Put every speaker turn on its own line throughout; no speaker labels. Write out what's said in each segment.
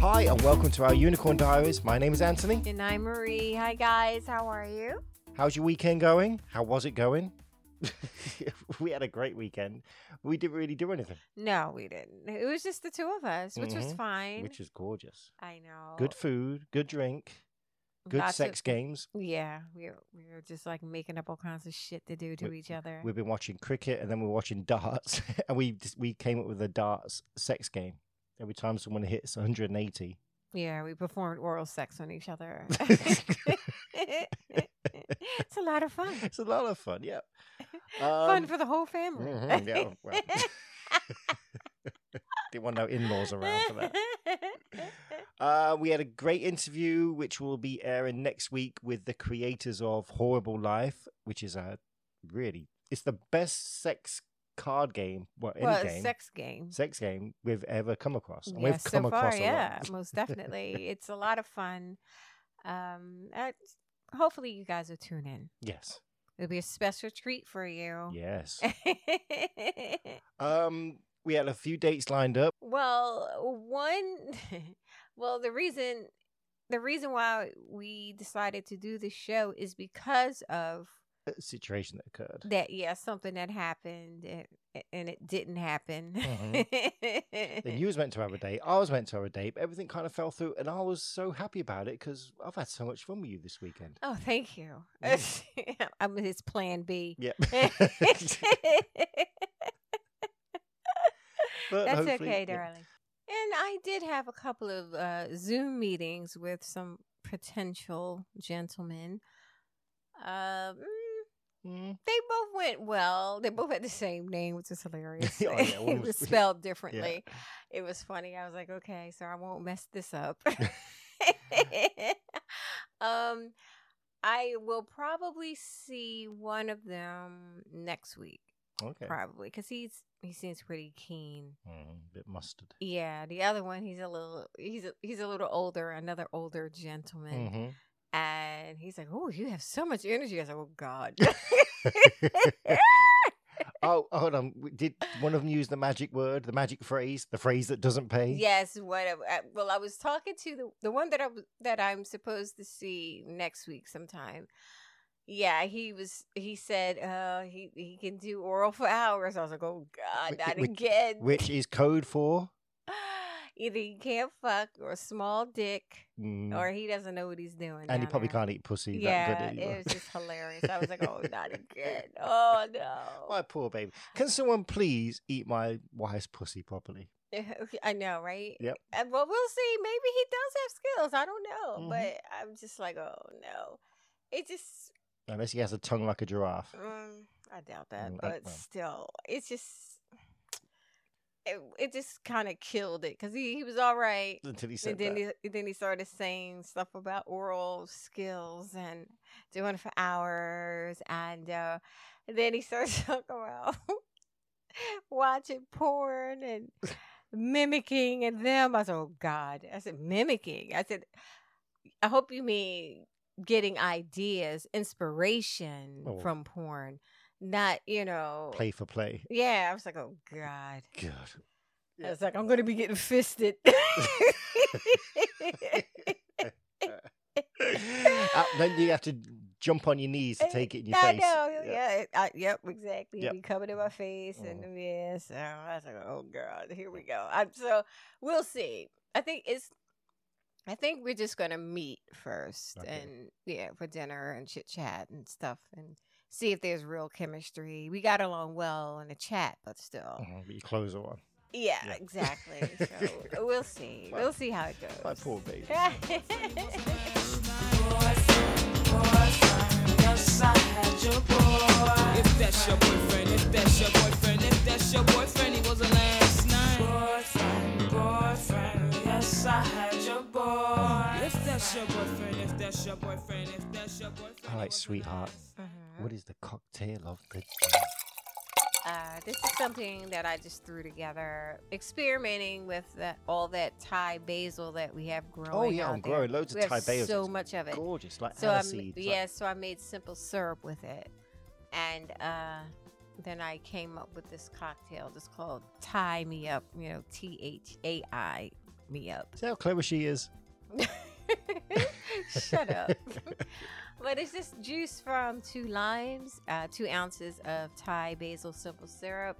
and welcome to our Unicorn Diaries. My name is Anthony.
And I'm Marie. Hi, guys. How are you?
How's your weekend going? How was it going? we had a great weekend. We didn't really do anything,
No, we didn't. It was just the two of us, which was
Mhm.
fine.
which is gorgeous.
I know.
Good food, good drink, good
Lots of-
sex games.
yeah, we were, we were just like making up all kinds of shit to do to
We-
each other.
We've been watching cricket and then we're watching darts, and we just, we came up with a darts sex game. Every time someone hits 180,
yeah, we performed oral sex on each other. it's a lot of fun.
it's a lot of fun. Yeah,
fun
Um,
for the whole family.
mhm, yeah, well, didn't want no in-laws around for that. Uh, we had a great interview, which will be airing next week with the creators of Horrible Life, which is a really it's the best sex card game, well, any
well,
game,
sex game.
sex game we've ever come across, and
Yeah,
we've come
so
across
far,
a
yeah,
lot.
most definitely. it's a lot of fun. Um, uh, hopefully, you guys will tune in.
Yes,
It'll be a special treat for you.
yes. um, we had a few dates lined up.
well, one, well, the reason, the reason why we decided to do this show is because of
uh, Situation that occurred.
that. Yeah, something that happened, and, and it didn't happen.
Mm-hmm. Then Mm-hmm. you was meant to have a date. I was meant to have a date. But everything kind of fell through, and I was so happy about it because I've had so much fun with you this weekend.
Oh, thank you.
Mm.
I'm his plan B.
Yeah,
That's
But hopefully-
okay,
yeah.
darling. And I did have a couple of uh, Zoom meetings with some potential gentlemen. Um,
Mm.
they both went well. They both had the same name, which is hilarious.
Oh, yeah, one
it was
was-
spelled differently. It was funny. I was like, okay, so I won't mess this up. um, I will probably see one of them next week,
Okay.
probably, because he's he seems pretty keen.
Mm, bit mustard.
Yeah, the other one, he's a little he's a, he's a little older, another older gentleman.
Mm-hmm.
And he's like, "Oh, you have so much energy." I was like, "Oh God."
Oh, hold on. w- Did one of them use the magic word, the magic phrase, the phrase that doesn't pay?
yes, whatever. I, well, I was talking to the the one that I was- that I'm supposed to see next week sometime. Yeah, he was. He said uh, he he can do oral for hours. I was like, "Oh God,
Which-
not
eh, which-
again."
Which is code for.
Either he can't fuck or small dick,
Mm,
or he doesn't know what he's doing.
and
down
he probably
there.
can't eat pussy
Yeah,
that good anyway.
it was just hilarious. I was like, "Oh, not again! Oh no!"
my poor baby. Can someone please eat my wife's pussy properly?
I know, right?
Yep.
Uh, well, we'll see. Maybe he does have skills. I don't know,
Mhm.
but I'm just like, oh no, it just.
Unless he has a tongue like a giraffe.
Mm, I doubt that,
Mm, I-
but
well.
still, it's just. It, it just kind of killed it because he, he was all right.
Until he said
And then
that.
he, and then he started saying stuff about oral skills and doing it for hours. And, uh, then he starts talking about watching porn and mimicking and them. I said, oh, God. I said, mimicking. I said, I hope you mean getting ideas, inspiration
Oh.
from porn, not, you know.
Play for play.
Yeah, I was like, oh, God.
God.
I was like, I'm gonna be getting fisted.
Uh, then you have to jump on your knees to take it in your
I
face.
know.
Yeah.
Yeah. it- I, yep. Exactly.
Yep. Mm-hmm.
Be coming in my face, and yeah. So I was like, oh god, here we go. I'm so we'll see. I think it's. I think we're just gonna meet first,
Okay.
and yeah, for dinner and chit chat and stuff, and see if there's real chemistry. We got along well in the chat, but still,
Mhm, but your clothes are on.
yeah,
Yeah.
exactly. So we'll see.
My-
we'll see how it goes.
My poor baby.
If that's your boyfriend, if that's your boyfriend, if that's your boyfriend, he was a last night. Boyfriend, boyfriend, yes, I had your boy. If that's your boyfriend, if that's your boyfriend, if that's your boyfriend.
All
he
right,
was a
sweetheart.
last
Mhm.
What is the cocktail of the day?
uh, this is something that I just threw together, experimenting with the, all that Thai basil that we have growing.
Oh yeah,
out
I'm
there.
growing loads
We
of
have
Thai basil.
so
It's
much of it.
Gorgeous, like
So um, I'm
aniseed. it's
yeah, so I made simple syrup with it, and uh, then I came up with this cocktail. It's called Tie Me Up. You know, T H A I me up.
See how clever she is.
Shut up. but it's just juice from two limes, uh, two ounces of Thai basil simple syrup,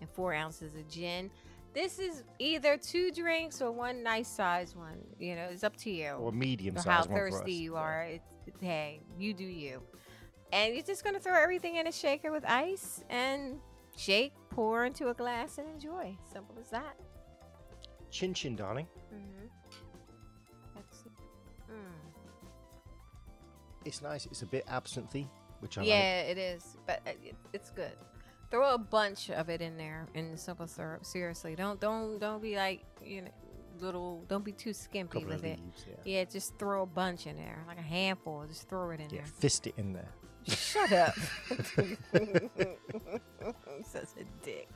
and four ounces of gin. This is either two drinks or one nice size one. You know, it's up to you.
Or medium
Oh. or
sized
how
one for us.
thirsty you
Yeah.
are. It's, it's- hey, you do you. And you're just going to throw everything in a shaker with ice and shake, pour into a glass, and enjoy. Simple as that.
Chin chin, darling.
Mm-hmm. That's, mm.
It's nice. It's a bit absinthy, which I like.
Yeah, it is, but it, it- it's good. Throw a bunch of it in there in simple syrup. Seriously, don't don't don't be like you know little. Don't be too
A
skimpy
couple of
with it.
leaves. Yeah.
Yeah, just throw a bunch in there, like a handful. Just throw it in
yeah. Fist it in there.
there. Shut up. Such a dick.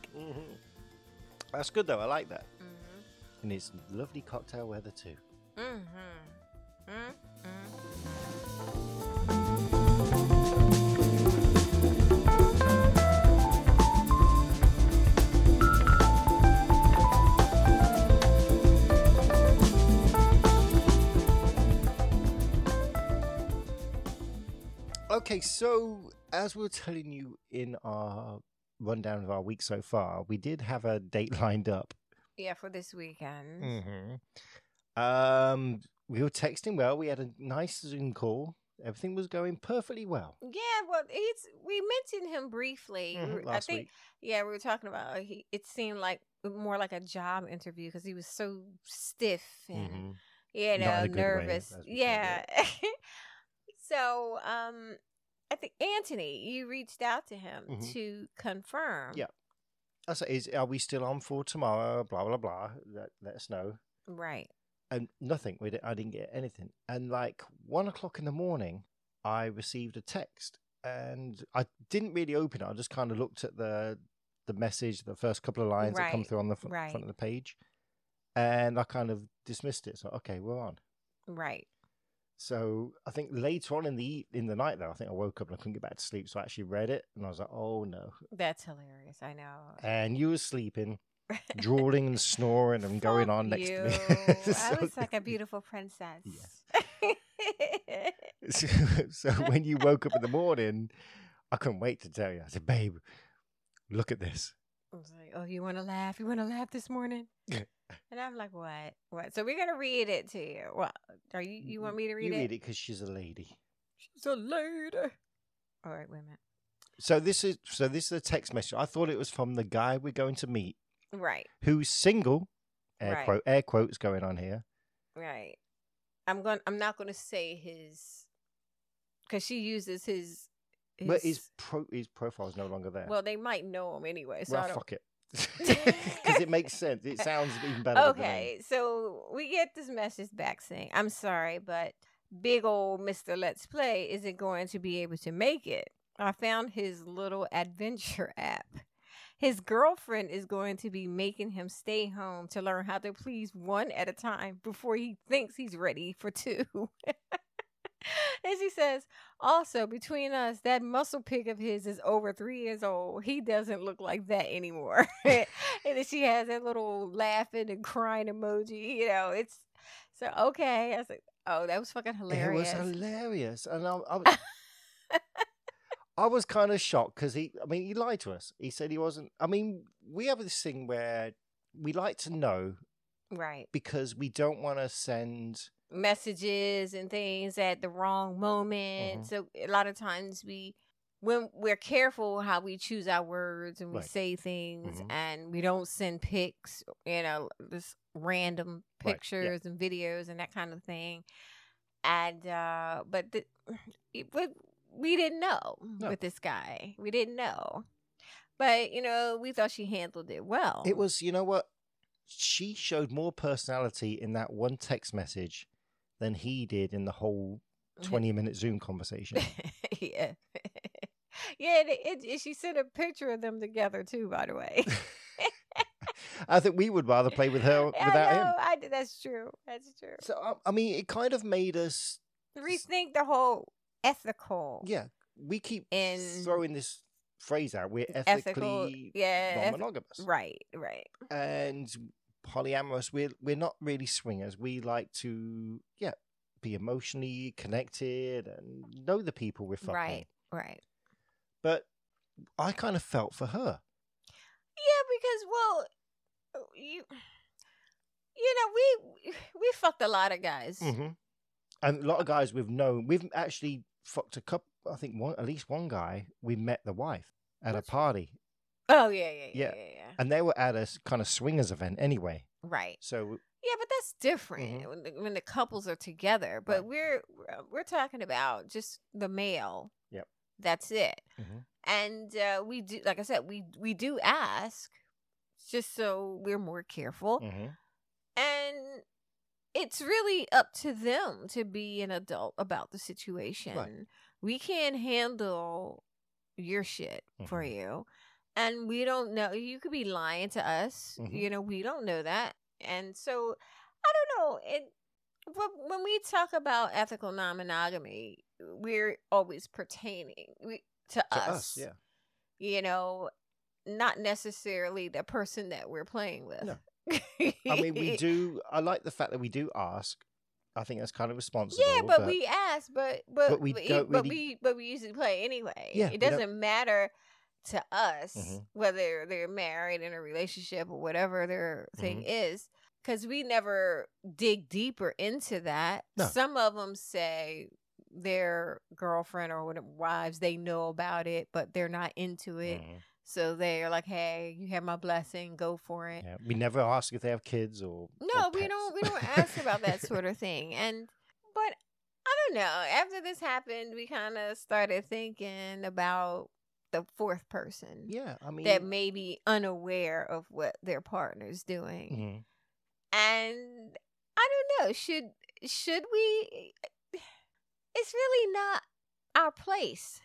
That's good though. I like that.
Mm-hmm.
And it's lovely cocktail weather too.
Mm-hmm. Mm-hmm.
Okay, so as we were telling you in our rundown of our week so far, we did have a date lined up.
Yeah, for this weekend.
Mm-hmm. Um, we were texting well. We had a nice Zoom call. Everything was going perfectly well.
Yeah, well, he's we mentioned him briefly. We
Mhm,
were- Mm-hmm. I
Last
think
week,
Yeah, we were talking about how he. It seemed like more like a job interview because he was so stiff and
Mhm.
you
Not in
know
a good way,
nervous.
as we said,
Yeah. so, um, I think Anthony, you reached out to him
Mhm.
to confirm.
Yeah. I said, "Is are we still on for tomorrow?" Blah blah blah. Let, let us know.
Right.
And nothing. We didn't, I didn't get anything. And like one o'clock in the morning, I received a text, and I didn't really open it. I just kind of looked at the the message, the first couple of lines that come
Right,
through on the fr-
right.
front of the page, and I kind of dismissed it. So okay, we're on.
Right.
So I think later on in the e- in the night, though, I think I woke up and I couldn't get back to sleep, so I actually read it and I was like, "Oh no!"
That's hilarious. I know.
And you were sleeping, drooling and snoring and going
Fuck
on next
you.
to me.
I
So-
was like a beautiful princess.
So, so when you woke up in the morning, I couldn't wait to tell you. I said, "Babe, look at this."
I was like, "Oh, you want to laugh? You want to laugh this morning?"
Yeah.
and I'm like, "What? What?" So we're gonna read it to you. Well, are you? You want me to read
Mm-hmm. you
it?
read it because she's a lady.
She's a lady. All right, wait a minute.
So this is so this is a text message. I thought it was from the guy we're going to meet,
Right,
who's single. Air
Right.
quote air quotes going on here.
right. I'm going. to I'm not gonna say his, because she uses his. his
But his pro his profile's no longer there.
well, they might know him anyway. So I
well,
don't,
fuck it. Because it makes sense. It sounds even better. with the name.
Okay, so we get this message back saying, I'm sorry, but big old Mr. Let's Play isn't going to be able to make it. I found his little adventure app. His girlfriend is going to be making him stay home to learn how to please one at a time before he thinks he's ready for two. and she says, also, between us, that muscle pig of his is over three years old. He doesn't look like that anymore. and then she has that little laughing and crying emoji. You know, it's so okay. I was like, oh, that was fucking hilarious.
It was hilarious. And I, I, I was kind of shocked because he, I mean, he lied to us. He said he wasn't. I mean, we have this thing where we like to know
right.
because we don't want to send.
Messages and things at the wrong moment.
Mhm.
So a lot of times we when we're careful how we choose our words and we
Right.
say things
Mhm.
and we don't send pics, you know, this random
Right, yeah.
pictures and videos and that kind of thing. And uh but the, it- but we didn't know
No.
with this guy. We didn't know. But you know, we thought she handled it well.
It was, you know what? She showed more personality in that one text message than he did in the whole 20 minute Zoom conversation.
yeah. Yeah, and it, it, she sent a picture of them together too. By the way,
I think we would rather play with her
I
without him.
know, I d that's true. That's true.
So I, I mean, it kind of made us.
Rethink the whole ethical,
Yeah, we keep
In-
throwing this phrase out. We're
ethical,
ethically
yeah, eth-
non-monogamous,
right, right,
and polyamorous. We're we're not really swingers. We like to yeah be emotionally connected and know the people we're fucking.
Right, right.
But I kind of felt for her.
Yeah, because well, uh, you you know we we fucked a lot of guys.
Mm-hmm. And a lot of guys we've known, we've actually fucked a couple. I think one, at least one guy we met the wife at a party,
Oh yeah, yeah, yeah,
Yeah.
yeah, yeah.
and they were at a s- kind of swingers event anyway.
Right.
So
Yeah, but that's different when, the, when the couples are together. But we're we're talking about just the male.
Yep.
That's it.
Mhm.
And uh, we do, like I said, we we do ask, just so we're more careful.
mhm.
And it's really up to them to be an adult about the situation. We can't handle your shit for
Mhm.
you. And we don't know. You could be lying to us.
Mhm.
You know, we don't know that. And so I don't know. It wh- when we talk about ethical non monogamy, we're always pertaining we, to,
to
us.
us, yeah.
You know, not necessarily the person that we're playing with.
No. I mean, we do. I like the fact that we do ask. I think that's kind of responsible.
Yeah, but, we ask, but but
but we
but, e,
don't
but
really-
we but we usually play anyway.
Yeah, we
it
don't-
doesn't matter to us
Mhm.
whether they're married in a relationship or whatever their thing
Mm-hmm.
is, because we never dig deeper into that.
No.
Some of them say their girlfriend or what- wives they know about it, but they're not into it,
Mhm.
so they're like, "Hey, you have my blessing, go for it."
Yeah, we never ask if they have kids or.
No,
or
we
pets.
don't. We don't ask about that sort of thing. And but I don't know. After this happened, we kind of started thinking about the fourth person
yeah, I mean.
that may be unaware of what their partner's doing.
mhm.
And I don't know. Should should we? It's really not our place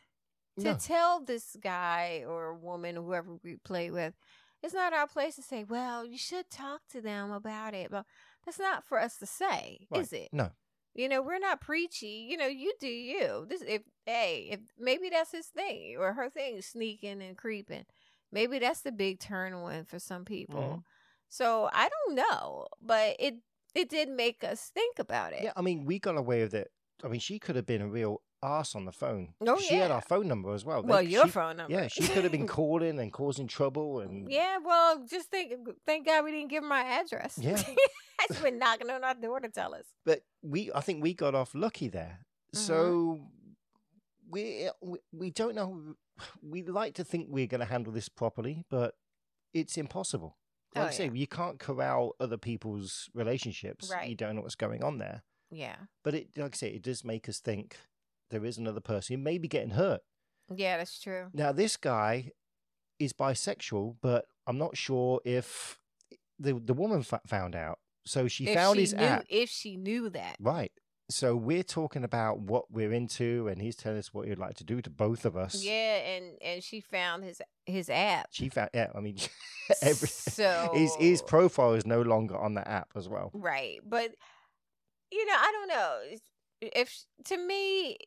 to
No.
tell this guy or woman, whoever we play with, it's not our place to say, well, you should talk to them about it. But that's not for us to say,
Right.
is it?
No.
You know, we're not preachy. You know, you do you. This if hey, if maybe that's his thing or her thing, sneaking and creeping. Maybe that's the big turn on for some
Mm-hmm.
people. So I don't know, but it it did make us think about it.
Yeah, I mean, we got away with it. I mean, she could have been a real ass on the phone.
Oh,
she had
yeah.
our phone number as well. They-
well, your
oh, she-
phone number.
Yeah, she could have been calling and causing trouble and.
Yeah, well, just think. Thank God we didn't give my address.
Yeah.
That's been knocking on our door to tell us.
But we, I think we got off lucky there.
Mhm.
So we, we we don't know. We like to think we're going to handle this properly, but it's impossible. Like
Oh,
I say, you can't corral other people's relationships. You
Right.
don't know what's going on there.
Yeah,
But it, like I say, it does make us think there is another person who may be getting hurt.
yeah, that's true.
Now, this guy is bisexual, but I'm not sure if the the woman fa- found out. So she
if
found
she
his
knew,
app,
if she knew that.
right? So we're talking about what we're into, and he's telling us what he'd like to do to both of us.
Yeah, and and she found his his app.
She found. Yeah, I mean, every,
So
his his profile is no longer on the app as well.
Right, but you know, I don't know It's- if to me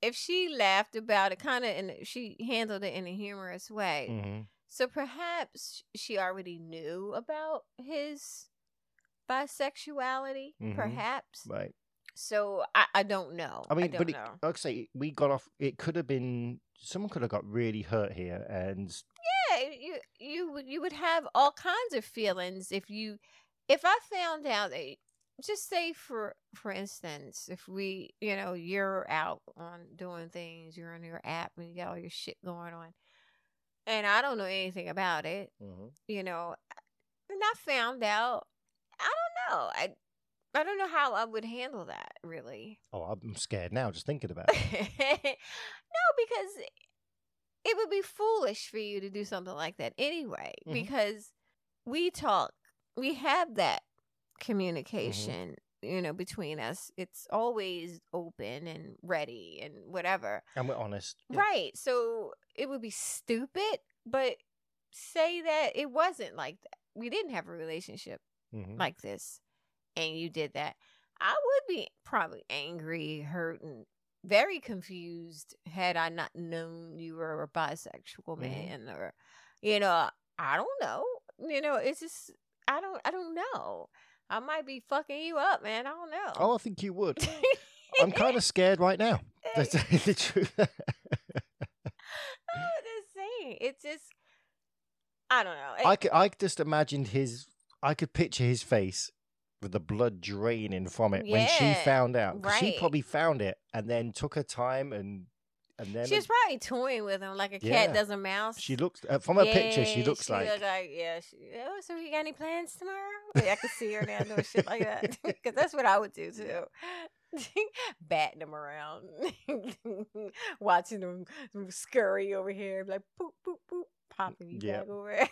if she laughed about it, kind of, and she handled it in a humorous way.
hmm
So perhaps she already knew about his bisexuality,
Mhm.
perhaps.
Right.
So I, I don't know.
I mean,
don't
but it,
know.
like I say, we got off. It could have been someone could have got really hurt here, and
yeah, you you would- you would have all kinds of feelings if you if I found out that just say for for instance, if we you know you're out on doing things, you're on your app and you got all your shit going on, and I don't know anything about it, you know, and I found out, I don't know, I I don't know how I would handle that really.
oh, I'm scared now just thinking about
no,
it.
because it would be foolish for you to do something like that anyway,
Mhm.
because we talk, we have that communication, you know, between us. It's always open and ready and whatever.
and we're honest. Yeah.
Right. So it would be stupid, but say that it wasn't like that. We didn't have a relationship
Mhm.
like this and you did that, I would be probably angry, hurt, and very confused had I not known you were a bisexual
Mhm.
man or, you know, I don't know. You know, it's just, I don't I don't know. I might be fucking you up, man. I don't know.
Oh, I think you would. I'm kind of scared right now. That's the truth.
I'm just saying. It's just I don't know. It-
I, could, I just imagined his. I could picture his face with the blood draining from it when she
Yeah,
found out. 'cause She
right.
probably found it and then took her time and and then
she was probably toying with him like a cat
Yeah.
does a mouse.
she looks uh, from her picture. She
Yeah,
looks like
looked yeah. She, oh, so you got any plans tomorrow? Yeah, I could see her now doing shit like that because that's what I would do too. Batting them around, watching them scurry over here, like boop boop boop, popping you
Yep.
back over.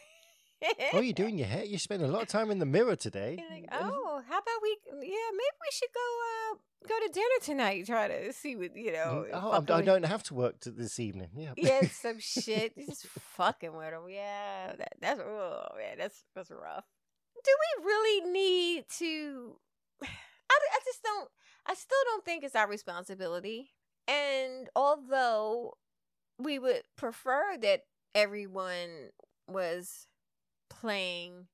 oh, you're doing your hair. You spend a lot of time in the mirror today.
You're like,
And-
oh, how about we? Yeah, maybe we should go uh, go to dinner tonight. Try to see what you know.
Mm,
and
oh,
fuck
I'm- I
with-
don't have to work t- this evening. Yeah.
yeah, some shit. He's Just fucking with him. Yeah, that, that's oh man, that's that's rough. Do we really need to? I, I just don't. I still don't think it's our responsibility. And although we would prefer that everyone was playing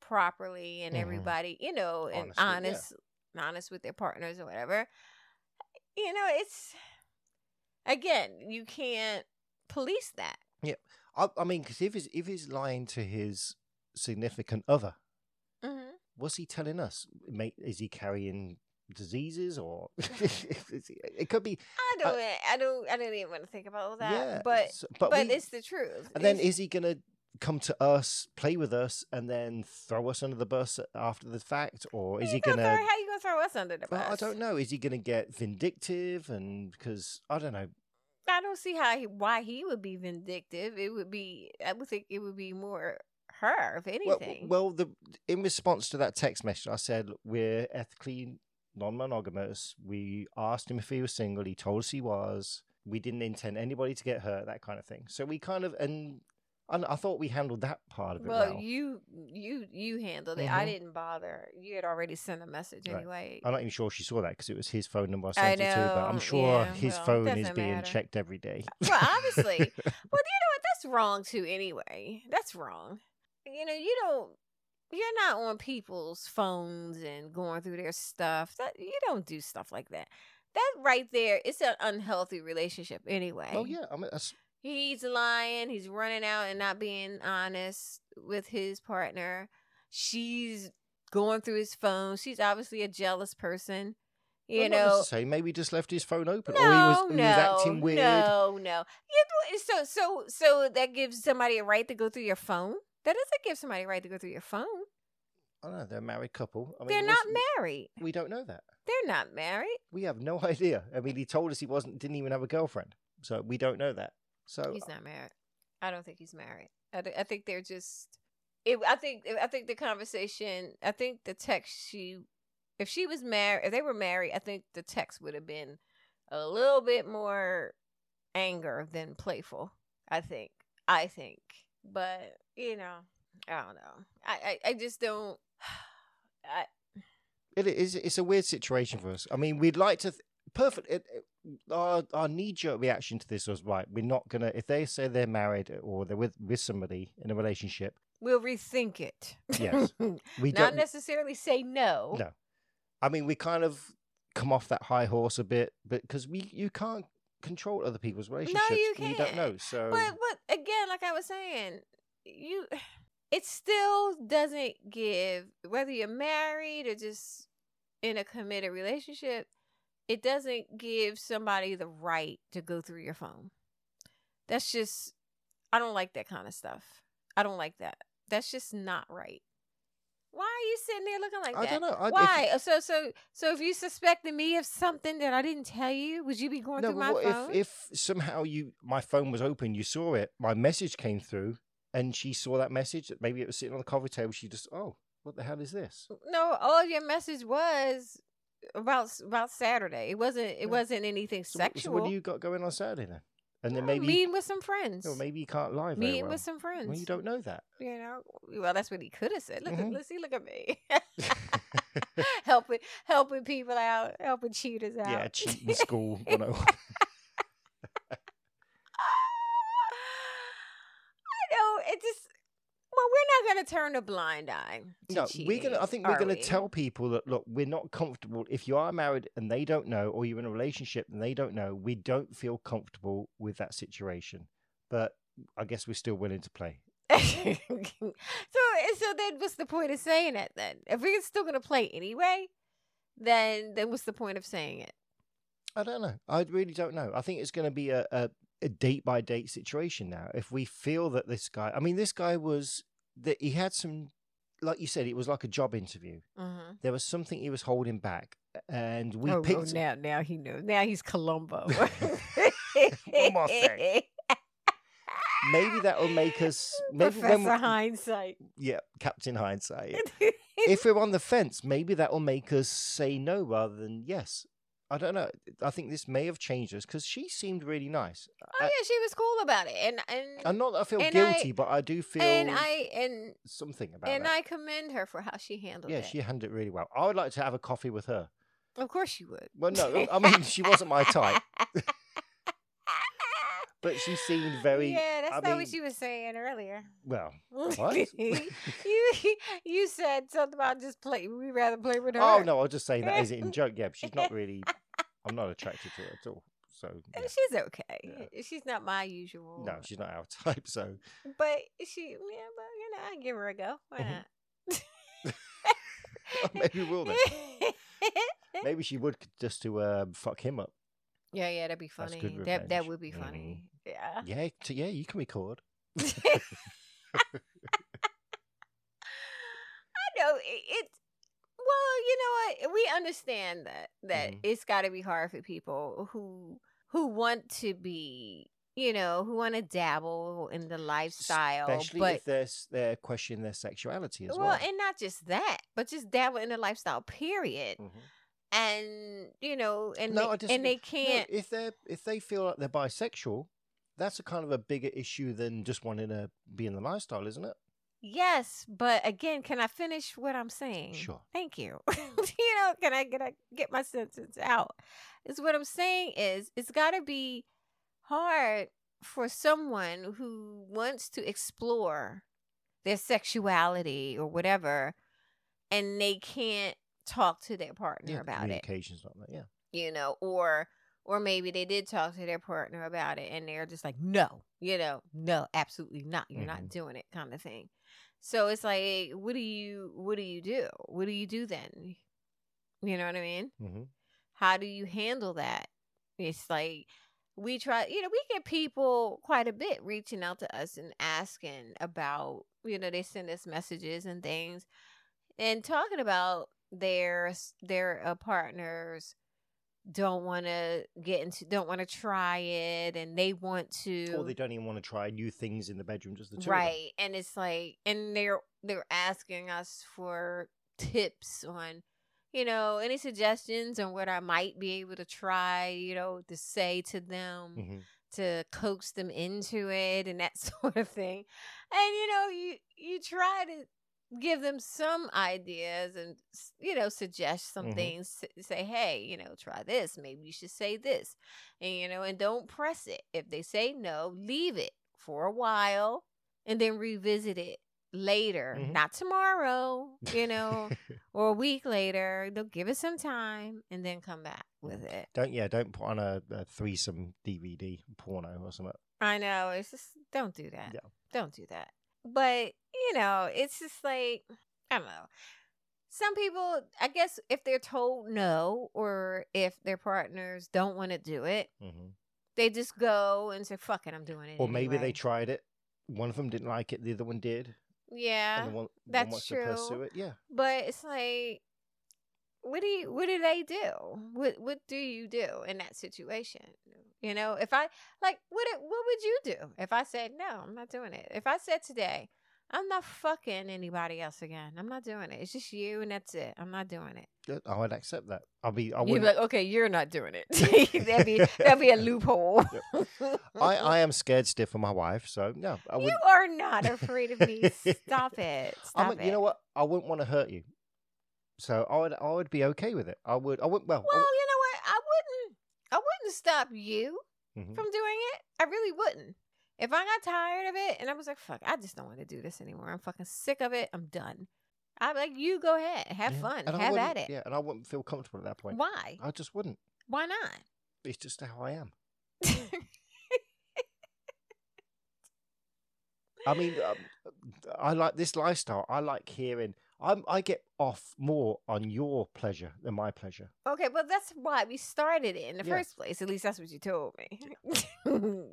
properly and
Mhm.
everybody, you know, and
Honestly, yeah.
honest, honest with their partners or whatever, you know, it's again, you can't police that.
I, I mean, because if he's if he's lying to his significant other,
Mm-hmm.
what's he telling us? Mate, is he carrying diseases or is he- it could be?
I don't. e, I don't. I don't even want to think about all that.
Uh, yeah,
but
so-
but,
we-
it's the truth.
and then
It's-
is he gonna come to us, play with us, and then throw us under the bus after the fact, or is
you
he
gonna
gonna?
throw, how you gonna throw us under the bus?
Well, I don't know. Is he gonna get vindictive? And because I don't know.
I don't see how he, why he would be vindictive. It would be. I would think it would be more her, if
Well,
anything.
well, the in response to that text message, I said we're ethically non-monogamous. We asked him if he was single. He told us he was. We didn't intend anybody to get hurt. That kind of thing. So we kind of and. And I thought we handled that part of it
Well,
well.
you you you handled it. I
Mhm.
didn't bother. You had already sent a message
Right.
anyway.
I'm not even sure she saw that because it was his phone number I
I
sent it to, but I'm
know,
sure
yeah,
his
well,
phone is
doesn't
being
matter. Uh,
checked every day.
Well, obviously. Well, you know what? That's wrong too. Anyway, that's wrong. You know, you don't. You're not on people's phones and going through their stuff. That you don't do stuff like that. That right there, it's an unhealthy relationship anyway.
oh yeah, I mean, that's,
He's lying. He's running out and not being honest with his partner. She's going through his phone. She's obviously a jealous person. You
I'm not
know,
necessarily- maybe he just left his phone open,
no,
or he was, he
no,
was acting weird.
No, no. You know, So, so, so that gives somebody a right to go through your phone. That doesn't give somebody a right to go through your phone.
I don't know. They're a married couple. I mean,
They're
what's-
not married.
We don't know that.
They're not married.
We have no idea. I mean, he told us he wasn't, didn't even have a girlfriend, so we don't know that. So
He's not married. I don't think he's married. I, th- I think they're just. It, I think. I think the conversation. I think the text she, if she was married, if they were married, I think the text would have been a little bit more anger than playful. I think. I think. But you know, I don't know. I I, I just don't. I,
it is. It's a weird situation for us. I mean, we'd like to. Th- perfect. It, it- our our knee jerk reaction to this was right. We're not gonna. If they say they're married or they're with with somebody in a relationship,
we'll rethink it.
Yes. we
Not
don't.
necessarily say no.
No. I mean, we kind of come off that high horse a bit, but because we you can't control other people's relationships.
you can't.
and don't know. So
But but again, like I was saying, you it still doesn't give whether you're married or just in a committed relationship, it doesn't give somebody the right to go through your phone. That's just I don't like that kind of stuff. I don't like that. That's just not right. Why are you sitting there looking like
I
that?
don't know. I, if-
Why? Oh, so so so if you suspected me of something that I didn't tell you, would you be going
no,
through
but
my
what
phone?
if if somehow you my phone was open, you saw it, my message came through, and she saw that message. that Maybe it was sitting on the coffee table. She just oh, what the hell is this?
No, all your message was about about Saturday. It wasn't. It
Yeah.
wasn't anything
So what- so
sexual.
what do you got going on Saturday then? And then
No,
maybe Oh,
meeting with some friends.
or maybe you can't lie very
meeting
well.
with some friends.
Well, you don't know that.
You know. Well, that's what he could have said. Look, at
Mhm.
let's see. Look at me. helping helping people out, helping cheaters out.
yeah, cheating school. oh You know.
I know. It just. Well, we're not going to turn a blind eye. to
No, we're gonna. I
cheating,
think we're
are
gonna
we?
tell people that look, we're not comfortable. If you are married and they don't know, or you're in a relationship and they don't know, we don't feel comfortable with that situation. But I guess we're still willing to play.
so, so then what's the point of saying it then? If we're still going to play anyway, then then what's the point of saying it?
I don't know. I really don't know. I think it's going to be a, a, a date by date situation now. If we feel that this guy, I mean, this guy was that he had some, like you said, it was like a job interview.
Mm-hmm.
There was something he was holding back, and we
oh,
picked.
now now he knows. Now he's Columbo.
One more thing. Maybe that will make us. Maybe
Professor
when we-
Hindsight.
yeah, Captain Hindsight. if we're on the fence, maybe that will make us say no rather than yes. I don't know. I think this may have changed us because she seemed really nice.
Oh yeah, she was cool about it, and and
And not that I feel
And I-
guilty, but I do feel
and I and
something about
and
that.
I commend her for how she handled
yeah,
it.
she handled it really well. I would like to have a coffee with her.
Of course, you would.
Well, no, I mean she wasn't my type, but she seemed very.
Yeah, that's
I
not
mean-
what you were saying earlier.
Well, What?
you you said something about just play. We rather play with her.
oh no, I was just saying that as in joke. Yeah, but she's not really. I'm not attracted to her at all. So
Uh,
yeah.
She's okay.
Yeah.
She's not my usual.
no, she's not our type. So
But she, yeah, but you know, I give her a go. Why
Mhm.
not?
maybe we'll then. Maybe she would just to um, fuck him up.
yeah, yeah, that'd be
That's
funny.
good
That that
revenge.
would be
Mhm.
funny. Yeah.
Yeah, t- yeah, you can record.
I know it, it. Well, you know what? We understand that that
Mhm.
it's got to be hard for people who who want to be, you know, who want to dabble in the lifestyle,
Especially
but
if they're, s- they're questioning their sexuality as
well,
well.
and not just that, but just dabble in the lifestyle. Period.
Mhm. No,
And you know, and
No, I
they, and they
if
can't.
they're if they feel like they're bisexual, that's a kind of a bigger issue than just wanting to be in the lifestyle, isn't it?
Yes, but again, can I finish what I'm saying?
Sure.
Thank you. you know, can I get I get my sentence out? Is what I'm saying is it's got to be hard for someone who wants to explore their sexuality or whatever, and they can't talk to their partner
yeah, the
about it.
communication's not there. Yeah,
You know, or or maybe they did talk to their partner about it, and they're just like, no, you know, no, absolutely not. You're not
Mhm.
doing it, kind of thing. So it's like, what do you, what do you do? What do you do then? You know what I mean?
hmm
how do you handle that it's like we try you know we get people quite a bit reaching out to us and asking about you know they send us messages and things and talking about their their uh, partners don't want to get into don't want to try it and they want to
or they don't even want to try new things in the bedroom, just the two. of them.
right and it's like and they're they're asking us for tips on you know any suggestions on what i might be able to try you know to say to them
Mhm.
to coax them into it and that sort of thing and you know you you try to give them some ideas and s- you know suggest some
Mhm.
things S- say hey you know try this maybe you should say this and you know and don't press it if they say no leave it for a while and then revisit it later
Mhm.
not tomorrow you know or a week later they'll give it some time and then come back with it
Don't yeah, don't put on a, a threesome DVD porno or something.
I know. It's just don't do that.
Yeah.
Don't do that. But you know, it's just like I don't know. Some people, I guess, if they're told no, or if their partners don't want to do it,
hmm
they just go and say, "Fuck it, I'm doing it."
Or maybe
anyway."
they tried it. One of them didn't like it, the other one did,
Yeah,
and the one,
that's
one wants
true.
to pursue it. Yeah.
but it's like, what do you, what do they do? What what do you do in that situation? You know, if I like, what it- what would you do if I said no? I'm not doing it. If I said today, I'm not fucking anybody else again. I'm not doing it. It's just you and that's it. I'm not doing it.
Good. I would accept that. I'll be. I
You'd
would.
be like, okay, you're not doing it. that'd be that'd be a loophole.
I, I am scared stiff of my wife, so no, I would.
Oh, you are not afraid of me. Stop it.
I'm,
Stop it.
You know what? I wouldn't want to hurt you, so I would. I would be okay with it. I would. I would. Well, I
Well, you know what? I wouldn't. I wouldn't stop you
would- mhm.
from doing it. I really wouldn't. If I got tired of it and I was like, fuck, I just don't want to do this anymore. I'm fucking sick of it. I'm done. I'm like, you go ahead, have
Yeah,
fun,
and I
have
wouldn't-
at it.
Yeah, and I wouldn't feel comfortable at that point.
Why?
I just wouldn't.
Why not?
It's just how I am. I mean, um, I like this lifestyle. I like hearing. I'm, I get off more on your pleasure than my pleasure.
okay, well, that's why we started it in the
Yeah.
first place. At least that's what you told me.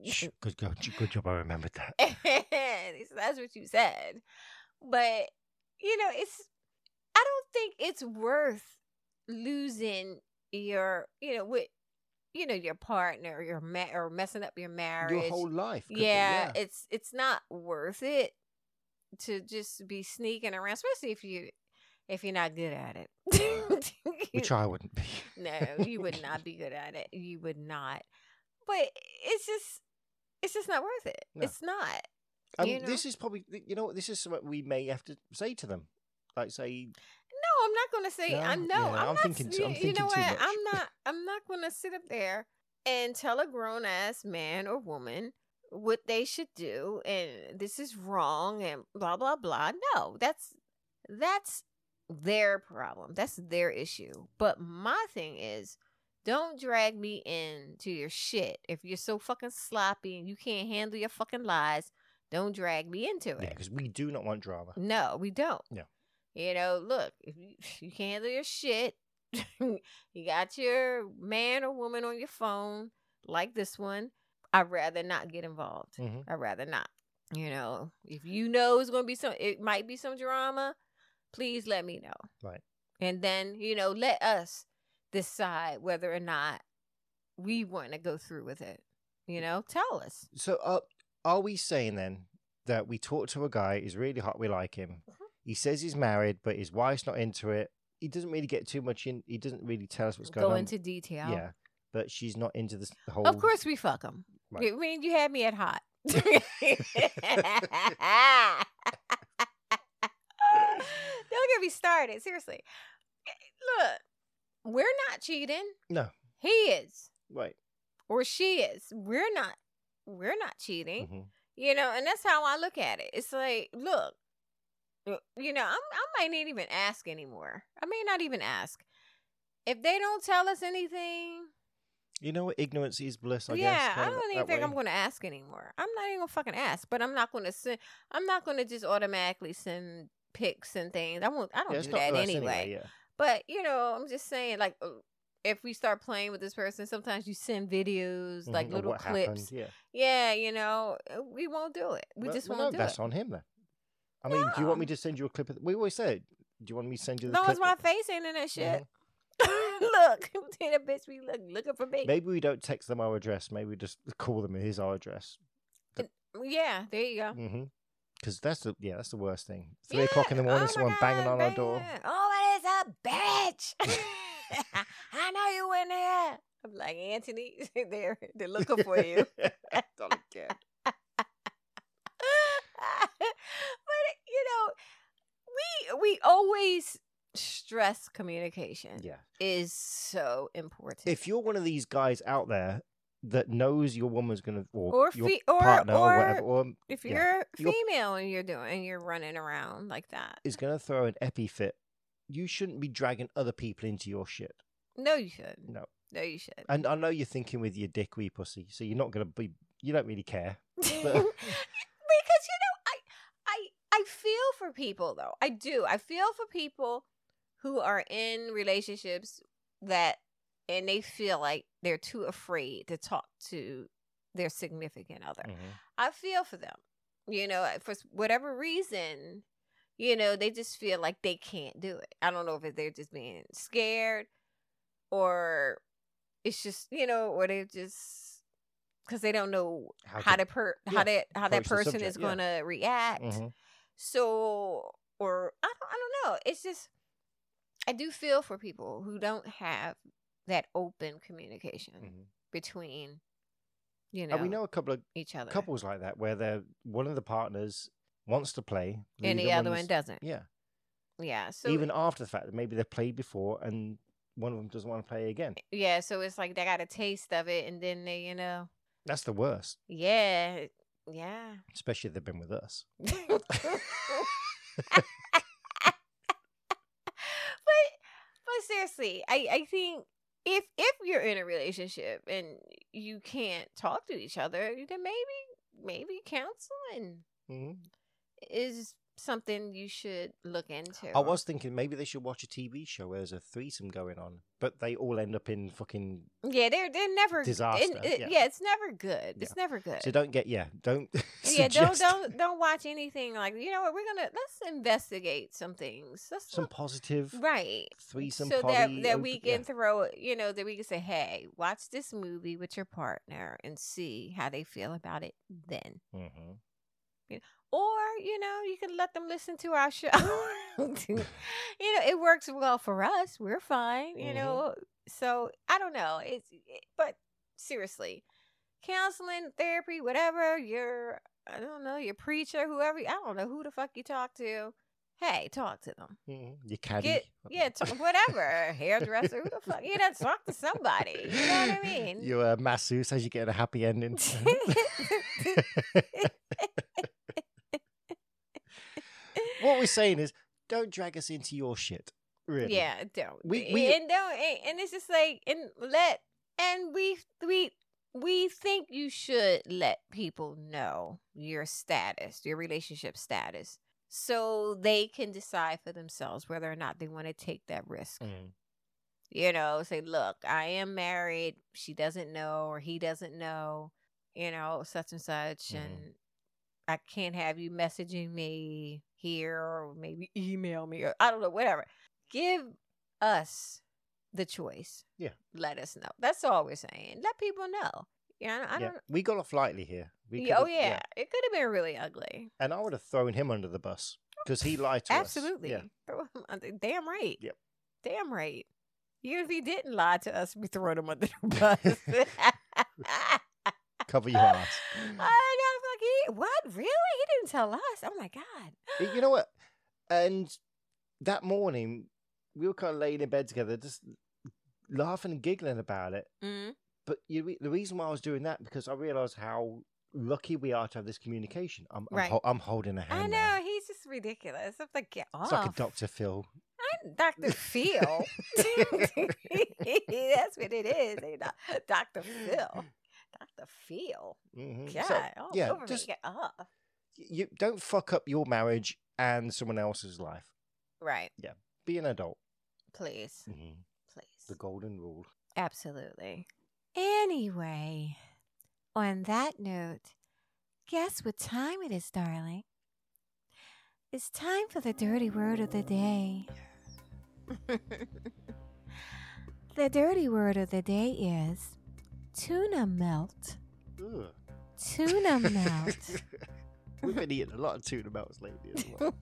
Shh, good, good, good job. I remembered that.
At least that's what you said. But, you know, it's, I don't think it's worth losing your, you know, with, you know, your partner, your ma- or messing up your marriage.
Your whole life. could be,
yeah, it's it's not worth it to just be sneaking around, especially if you if you're not good at it.
which I wouldn't be.
no, you would not be good at it. You would not. But it's just it's just not worth it.
No.
It's not.
Um,
you know?
This is probably, you know, what, this is what we may have to say to them. Like, say,
No, I'm not gonna say I'm
No?
no.
Yeah,
I'm,
I'm
not,
thinking
s-
too-
you,
I'm
you know
thinking too
what?
much.
I'm not. I'm not gonna sit up there and tell a grown ass man or woman what they should do and this is wrong and blah blah blah. No, that's that's their problem. That's their issue. But my thing is, don't drag me into your shit. If you're so fucking sloppy and you can't handle your fucking lies, don't drag me into it.
yeah, because we do not want drama.
No, we don't.
No.
You know, look, if you, you can't handle your shit, you got your man or woman on your phone like this one, I'd rather not get involved.
Mhm.
I'd rather not. You know, if you know it's going to be some, it might be some drama, please let me know.
Right.
And then, you know, let us decide whether or not we want to go through with it. You know, tell us.
So, uh, are we saying then that we talk to a guy who's really hot, we like him?
Mhm.
He says he's married, but his wife's not into it. He doesn't really get too much in. He doesn't really tell us what's going
Go
on.
into detail.
yeah, but she's not into this the whole.
Of course, we fuck them.
Right.
I mean, you had me at hot. Don't get me started. Seriously, look, we're not cheating.
No.
he is
Right.
or she is. We're not. We're not cheating.
hmm
You know, and that's how I look at it. It's like, look, uh, you know, I'm, I might not even ask anymore. I may not even ask if they don't tell us anything.
You know what? Ignorance is bliss. I
yeah,
guess.
I
kinda
don't even
that
think I'm
way.
going to ask anymore. I'm not even going to fucking ask, but I'm not going to send. I'm not going to just automatically send pics and things. I won't. I don't
Yeah, it's
do
not
that
nice
anyway.
yeah.
But you know, I'm just saying, like, uh, if we start playing with this person, sometimes you send videos, like
Mhm, of
little
what
clips.
happened, Yeah.
Yeah, you know, uh, we won't do it. We
Well,
just
well,
won't
no,
do
That's
it.
on him then. I mean, do you want me
No.
to send you a clip? Of, we always said, do you want me to send you
As
the
long
clip?
as my
of-
face ain't in that shit.
Mhm.
look, then a bitch be look, looking for me.
Maybe we don't text them our address. Maybe we just call them. Here's our address.
Yeah, there you go.
Mm-hmm. Because that's the yeah, that's the worst thing. Three o'clock in the morning,
oh my
someone banging
God,
on our door.
banging. Oh, it is a bitch. I know you in there. I'm like Anthony. they're they're looking for you.
Don't care.
but you know, we we always stress communication
Yeah.
is so important.
If you're one of these guys out there that knows your woman's gonna or,
or
your
fe- or,
partner
or,
or, whatever or
if
yeah,
you're
your-
female and you're doing and you're running around like that,
is gonna throw an epi fit, you shouldn't be dragging other people into your shit.
no, you should.
No.
no, you should.
And I know you're thinking with your dick, wee pussy. So you're not gonna be. You don't really care.
because you
But-
know, I, I, I feel for people though. I do. I feel for people who are in relationships that, and they feel like they're too afraid to talk to their significant other.
Mm.
I feel for them. You know, for s- whatever reason, you know, they just feel like they can't do it. I don't know if they're just being scared or it's just, you know, or they're just because they don't know
How
how, to
to-
per
yeah,
how that how that
approach the
person is
subject, yeah.
going to react.
Mhm.
So, or I don't, I don't know. It's just I do feel for people who don't have that open communication
Mhm.
between, you know,
And Uh, we know a couple of
each other.
couples like that where they're one of the partners wants to play
and the other one
one's-
doesn't.
Yeah.
Yeah. So
even after the fact that maybe they've played before and one of them doesn't want to play
Eh.
again.
yeah, so it's like they got a taste of it, and then they, you know,
That's the worst.
yeah, Yeah.
especially if they've been with us.
but but seriously, I I think if if you're in a relationship and you can't talk to each other, then maybe maybe counseling
Mhm.
is something you should look into.
I was thinking maybe they should watch a TV show where there's a threesome going on, but they all end up in fucking.
yeah, they're they're never and
Disaster,
it-
yeah.
yeah. it's never good. It's never good.
So don't get yeah, don't.
Eh. yeah, don't
suggest
don't don't watch anything like you know what we're gonna let's investigate some things. Let's
Some
look-
positive
right.
threesome.
so that
poly,
that
open-
we
yeah.
can throw you know that we can say hey watch this movie with your partner and see how they feel about it then
Mhm.
or you know you can let them listen to our show you know it works well for us we're fine you
Mhm.
know so i don't know it's it- but seriously counseling therapy whatever your i don't know your preacher whoever i don't know who the fuck you talk to hey talk to them
Mhm. Your caddy.
Get, yeah, t- whatever. Hairdresser, who the fuck? You know, talk to somebody. You know what I mean?
Your uh, masseuse as you get a happy ending. what we're saying is, don't drag us into your shit. Really.
Yeah, don't.
We- we-
and don't. And, and it's just like and let and we we we think you should let people know your status, your relationship status, so they can decide for themselves whether or not they want to take that risk.
Mm.
you know, say, look, I am married. She doesn't know, or he doesn't know, you know, such and such.
Mhm.
And I can't have you messaging me here, or maybe email me, or I don't know, whatever. Give us the choice.
Yeah.
Let us know. That's all we're saying. Let people know. Yeah, I don't. I
yeah.
don't
We got off lightly here. We
yeah,
could've-
oh, yeah. It could have been really ugly.
And I would have thrown him under the bus because he lied to
Absolutely.
us.
Throw him under- Damn right.
Yep.
Damn right. Even if he didn't lie to us, we throw him under the bus.
Cover your ass.
I know, I'm like, he, what? Really? He didn't tell us. Oh my God.
Y- you know what? And that morning, we were kind of laying in bed together, just laughing and giggling about it.
Mm.
But you, re- the reason why I was doing that because I realized how lucky we are to have this communication. I'm I'm,
Right.
hol- I'm holding a hand.
I
now.
know. He's just ridiculous. I'm like, get off.
It's like a Doctor Phil.
I'm Dr. Phil. That's what it is. you know. Dr. Phil. Dr. Phil.
Mhm.
God.
So
all
yeah,
over
just-
me. Get off.
you don't fuck up your marriage and someone else's life.
Right.
Be an adult.
Please.
Mhm.
Please.
The golden rule.
Absolutely. Anyway, on that note, guess what time it is, darling? It's time for the dirty word of the day. the dirty word of the day is tuna melt.
Ugh.
Tuna melt.
We've been eating a lot of tuna melts lately as well.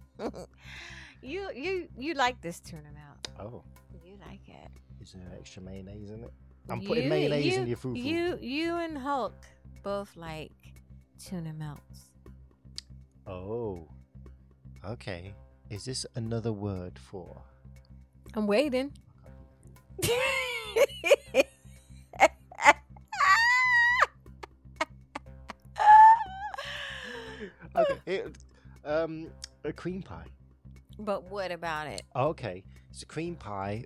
you you you like this tuna melt.
oh,
You like it.
is there extra mayonnaise in it? I'm putting
You-
mayonnaise
you-
in your food.
You you and Hulk both like tuna melts.
Oh, okay. Is this another word for?
I'm waiting.
Okay. It, um, a cream pie.
but what about it?
Oh, Okay, it's a cream pie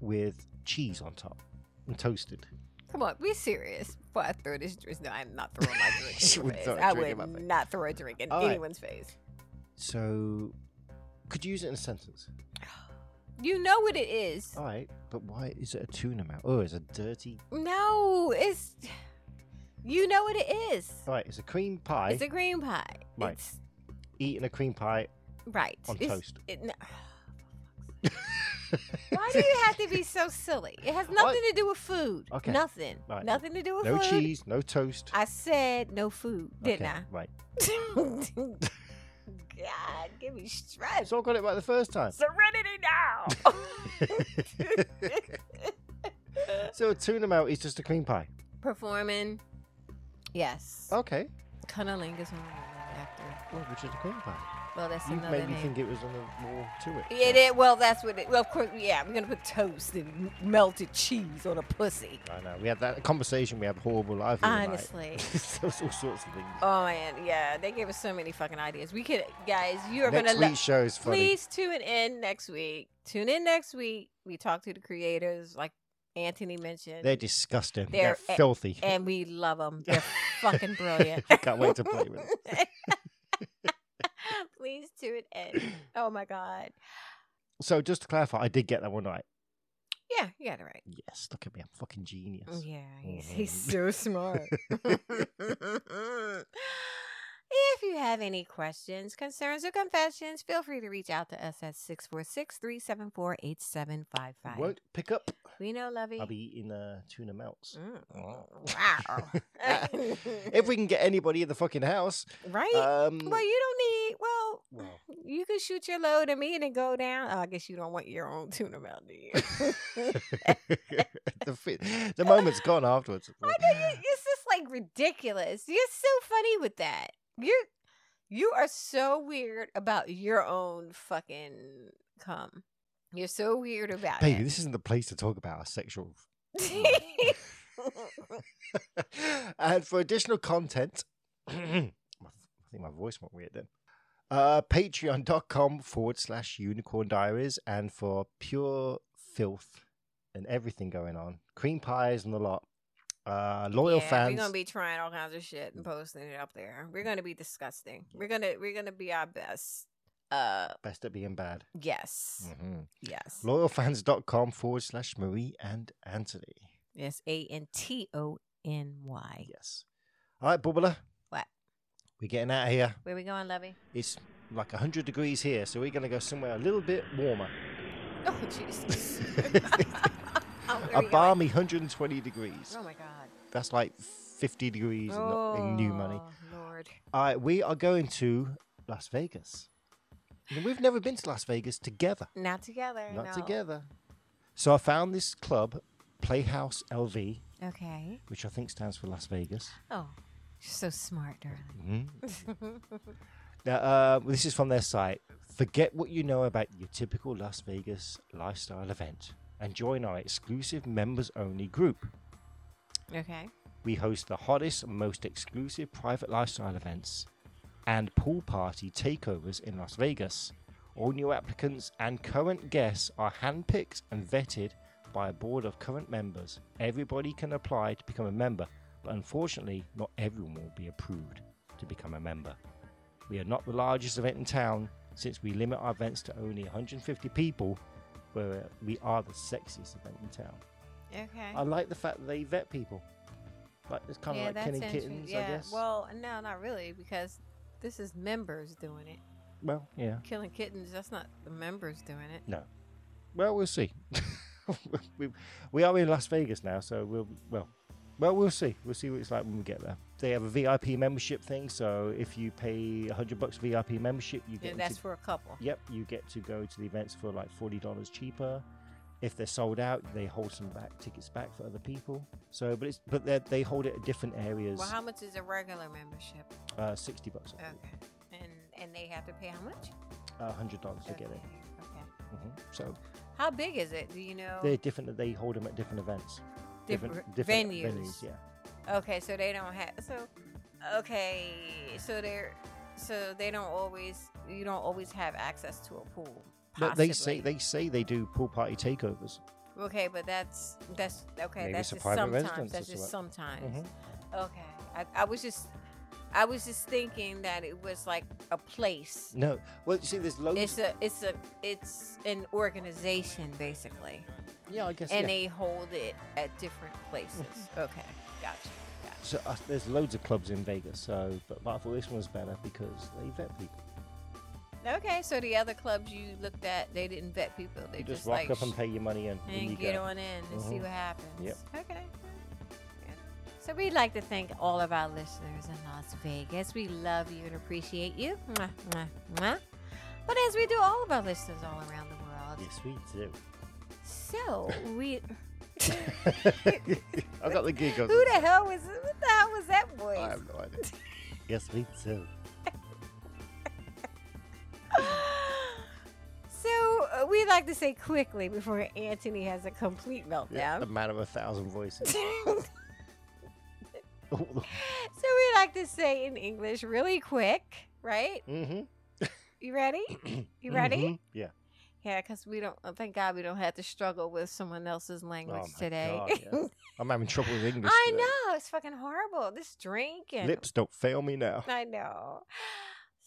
with cheese on top and toasted.
Come on, be serious. Before I throw this drink, no, I'm not throwing my drink.
She
in your
wouldn't
face.
throw a
I
drink in
would
my face.
not throw a drink in
All right.
anyone's face.
So, could you use it in a sentence?
You know what it is.
All right, but why is it a tuna melt? Oh, it's a dirty.
No, it's. You know what it is.
All right, it's a cream pie.
It's a green pie.
Right.
It's
Eating a cream pie
right.
on
It's-
toast.
It, no. Why do you have to be so silly? It has nothing to do with food.
Okay.
Nothing.
Right.
Nothing to do with
No
food.
cheese, no toast.
I said no food, didn't
okay, Right.
I? God, give me stress.
So I got it right the first time.
Serenity now.
so a tuna melt is just a cream pie.
Performing. Yes.
Okay. Oh.
Cunnilingus on the moon after.
Well, which is a cream pie.
Well, that's
You
another
made me
name.
think it was on the more to it.
Yeah, that, well, that's what it. Well, of course, yeah, we're gonna put toast and m- melted cheese on a pussy.
I know. We had that conversation. We had horrible life. the other night.
Honestly.
there was all sorts of things.
Oh man, yeah, they gave us so many fucking ideas. We could, guys, you are
Next
gonna lo-
week's show is funny.
please tune in next week. Tune in next week. We talk to the creators, like Anthony mentioned,
They're disgusting.
They're
They're,
a-
filthy.
and we love them. They're fucking brilliant.
Can't wait to play with them.
please tune in. Oh my god.
So just to clarify, I did get that one right.
Yeah, you got it right.
Yes, look at me. I'm fucking genius.
Yeah, he's, he's so
Mhm.
smart. Mm, if you have any questions, concerns, or confessions, feel free to reach out to us at 646 374 8755.
Won't pick up.
We know, Lovey.
I'll be eating uh, tuna melts.
Mm.
Mm.
Wow.
if we can get anybody in the fucking house,
right?
um,
well, you don't need, well,
well,
you can shoot your load at me and then go down. Oh, I guess you don't want your own tuna melt, do you?
the, fi- the moment's gone afterwards.
I know you, it's just like ridiculous. You're so funny with that. You're you are so weird about your own fucking cum. You're so weird about
Baby, this isn't the place to talk about our sexual
it.
and for additional content, My- I think my voice went weird then. Uh, Patreon.com forward slash unicorn diaries. And for pure filth and everything going on, cream pies and the lot. Uh, loyal
yeah,
fans.
We're gonna be trying all kinds of shit
Mm.
and posting it up there. We're gonna be disgusting. We're gonna we're gonna be our best. Uh
Best at being bad.
yes.
Mhm.
Yes.
Loyalfans.com forward slash Marie and Anthony.
Yes. A N T O N Y.
Yes. All right, Bubbler.
What?
We're getting out of here.
Where we going, Lovey?
It's like 100 degrees here, so we're going to go somewhere a little bit warmer.
Oh Jesus. Oh, where
a
we going?
balmy 120 degrees.
Oh my god.
That's like 50 degrees in, in new money.
Oh, Lord.
All right, we are going to Las Vegas. And we've never been to Las Vegas together.
Not together.
Not
no.
together. So I found this club, Playhouse LV,
Okay.
which I think stands for Las Vegas.
Oh, you're so smart, darling.
Now, uh, this is from their site. Forget what you know about your typical Las Vegas lifestyle event and join our exclusive members only group. Mm.
Okay.
We host the hottest and most exclusive private lifestyle events and pool party takeovers in Las Vegas. All new applicants and current guests are handpicked and vetted by a board of current members. Everybody can apply to become a member, but unfortunately, not everyone will be approved to become a member. We are not the largest event in town since we limit our events to only 150 people, where we are the sexiest event in town.
Okay.
I like the fact that they vet people. Like it's kind of
yeah,
like Kenny
that's interesting.
Kittens,
yeah.
I guess.
Well, no, not really, because this is members doing it.
well, yeah.
Killing kittens. That's not the members doing it.
No. Well, we'll see. we, we are in Las Vegas now, so we'll well, well, we'll see. We'll see what it's like when we get there. They have a VIP membership thing, so if you pay hundred bucks VIP membership, you
Yeah,
get
that's
to,
for a couple.
yep, you get to go to the events for like forty dollars cheaper. If they're sold out, they hold some back tickets back for other people. So, but it's but they they hold it at different areas.
Well, how much is a regular membership?
Uh, Sixty bucks, I
Okay.
think.
And and they have to pay how much?
uh, hundred dollars to get
okay.
in.
Okay.
hmm So
How big is it? Do you know?
they're different. They hold them at different events,
Different venues.
Yeah,
Okay, so they don't have so. Okay, so they're so they don't always you don't always have access to a pool.
No, they say
possibly.
they say they do pool party takeovers.
Okay, but that's that's okay.
Maybe
that's
it's a
just
private
sometimes.
residence
That's
or
just sometimes.
Mhm.
Okay, I, I was just I was just thinking that it was like a place.
No, well, you see, there's loads.
It's a it's a it's an organization basically,
yeah, I Mm-hmm. guess.
and
yeah.
they hold it at different places. Okay, gotcha. gotcha.
So uh, there's loads of clubs in Vegas. So, but, but I thought this one's better because they vet people.
Okay, so the other clubs you looked at, they didn't vet people. They
You just, rock
like
up and
sh-
pay your money and, in
and
you
get
go.
on in and see
Mhm.
what happens.
Yep.
Okay. Yeah. So we'd like to thank all of our listeners in Las Vegas. We love you and appreciate you. Mwah, mwah, mwah. But as we do all of our listeners all around the world,
Yes, we do.
so we.
I got the giggles.
Who the hell was what the hell was that voice?
I have no idea. yes, we do.
But we uh, like to say quickly before Anthony has a complete
Yeah, the
meltdown.
man of a thousand voices. Mm-hmm.
so we like to say in English really quick, right?
mm-hmm.
You ready? You ready?
Yeah. Mm-hmm.
Yeah, because we don't. uh, Thank God we don't have to struggle with someone else's language
Oh my
today.
God, yeah. I'm having trouble with English.
I
today.
know it's fucking horrible. This drink and
Lips don't fail me now.
I know.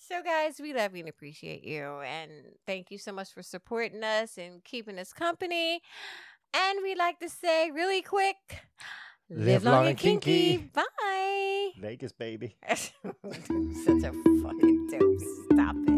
So, guys, we love you and appreciate you. And thank you so much for supporting us and keeping us company. And we like to say really quick
Live long and kinky.
Bye.
Vegas, baby.
Such a fucking dope. Stop it.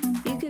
you can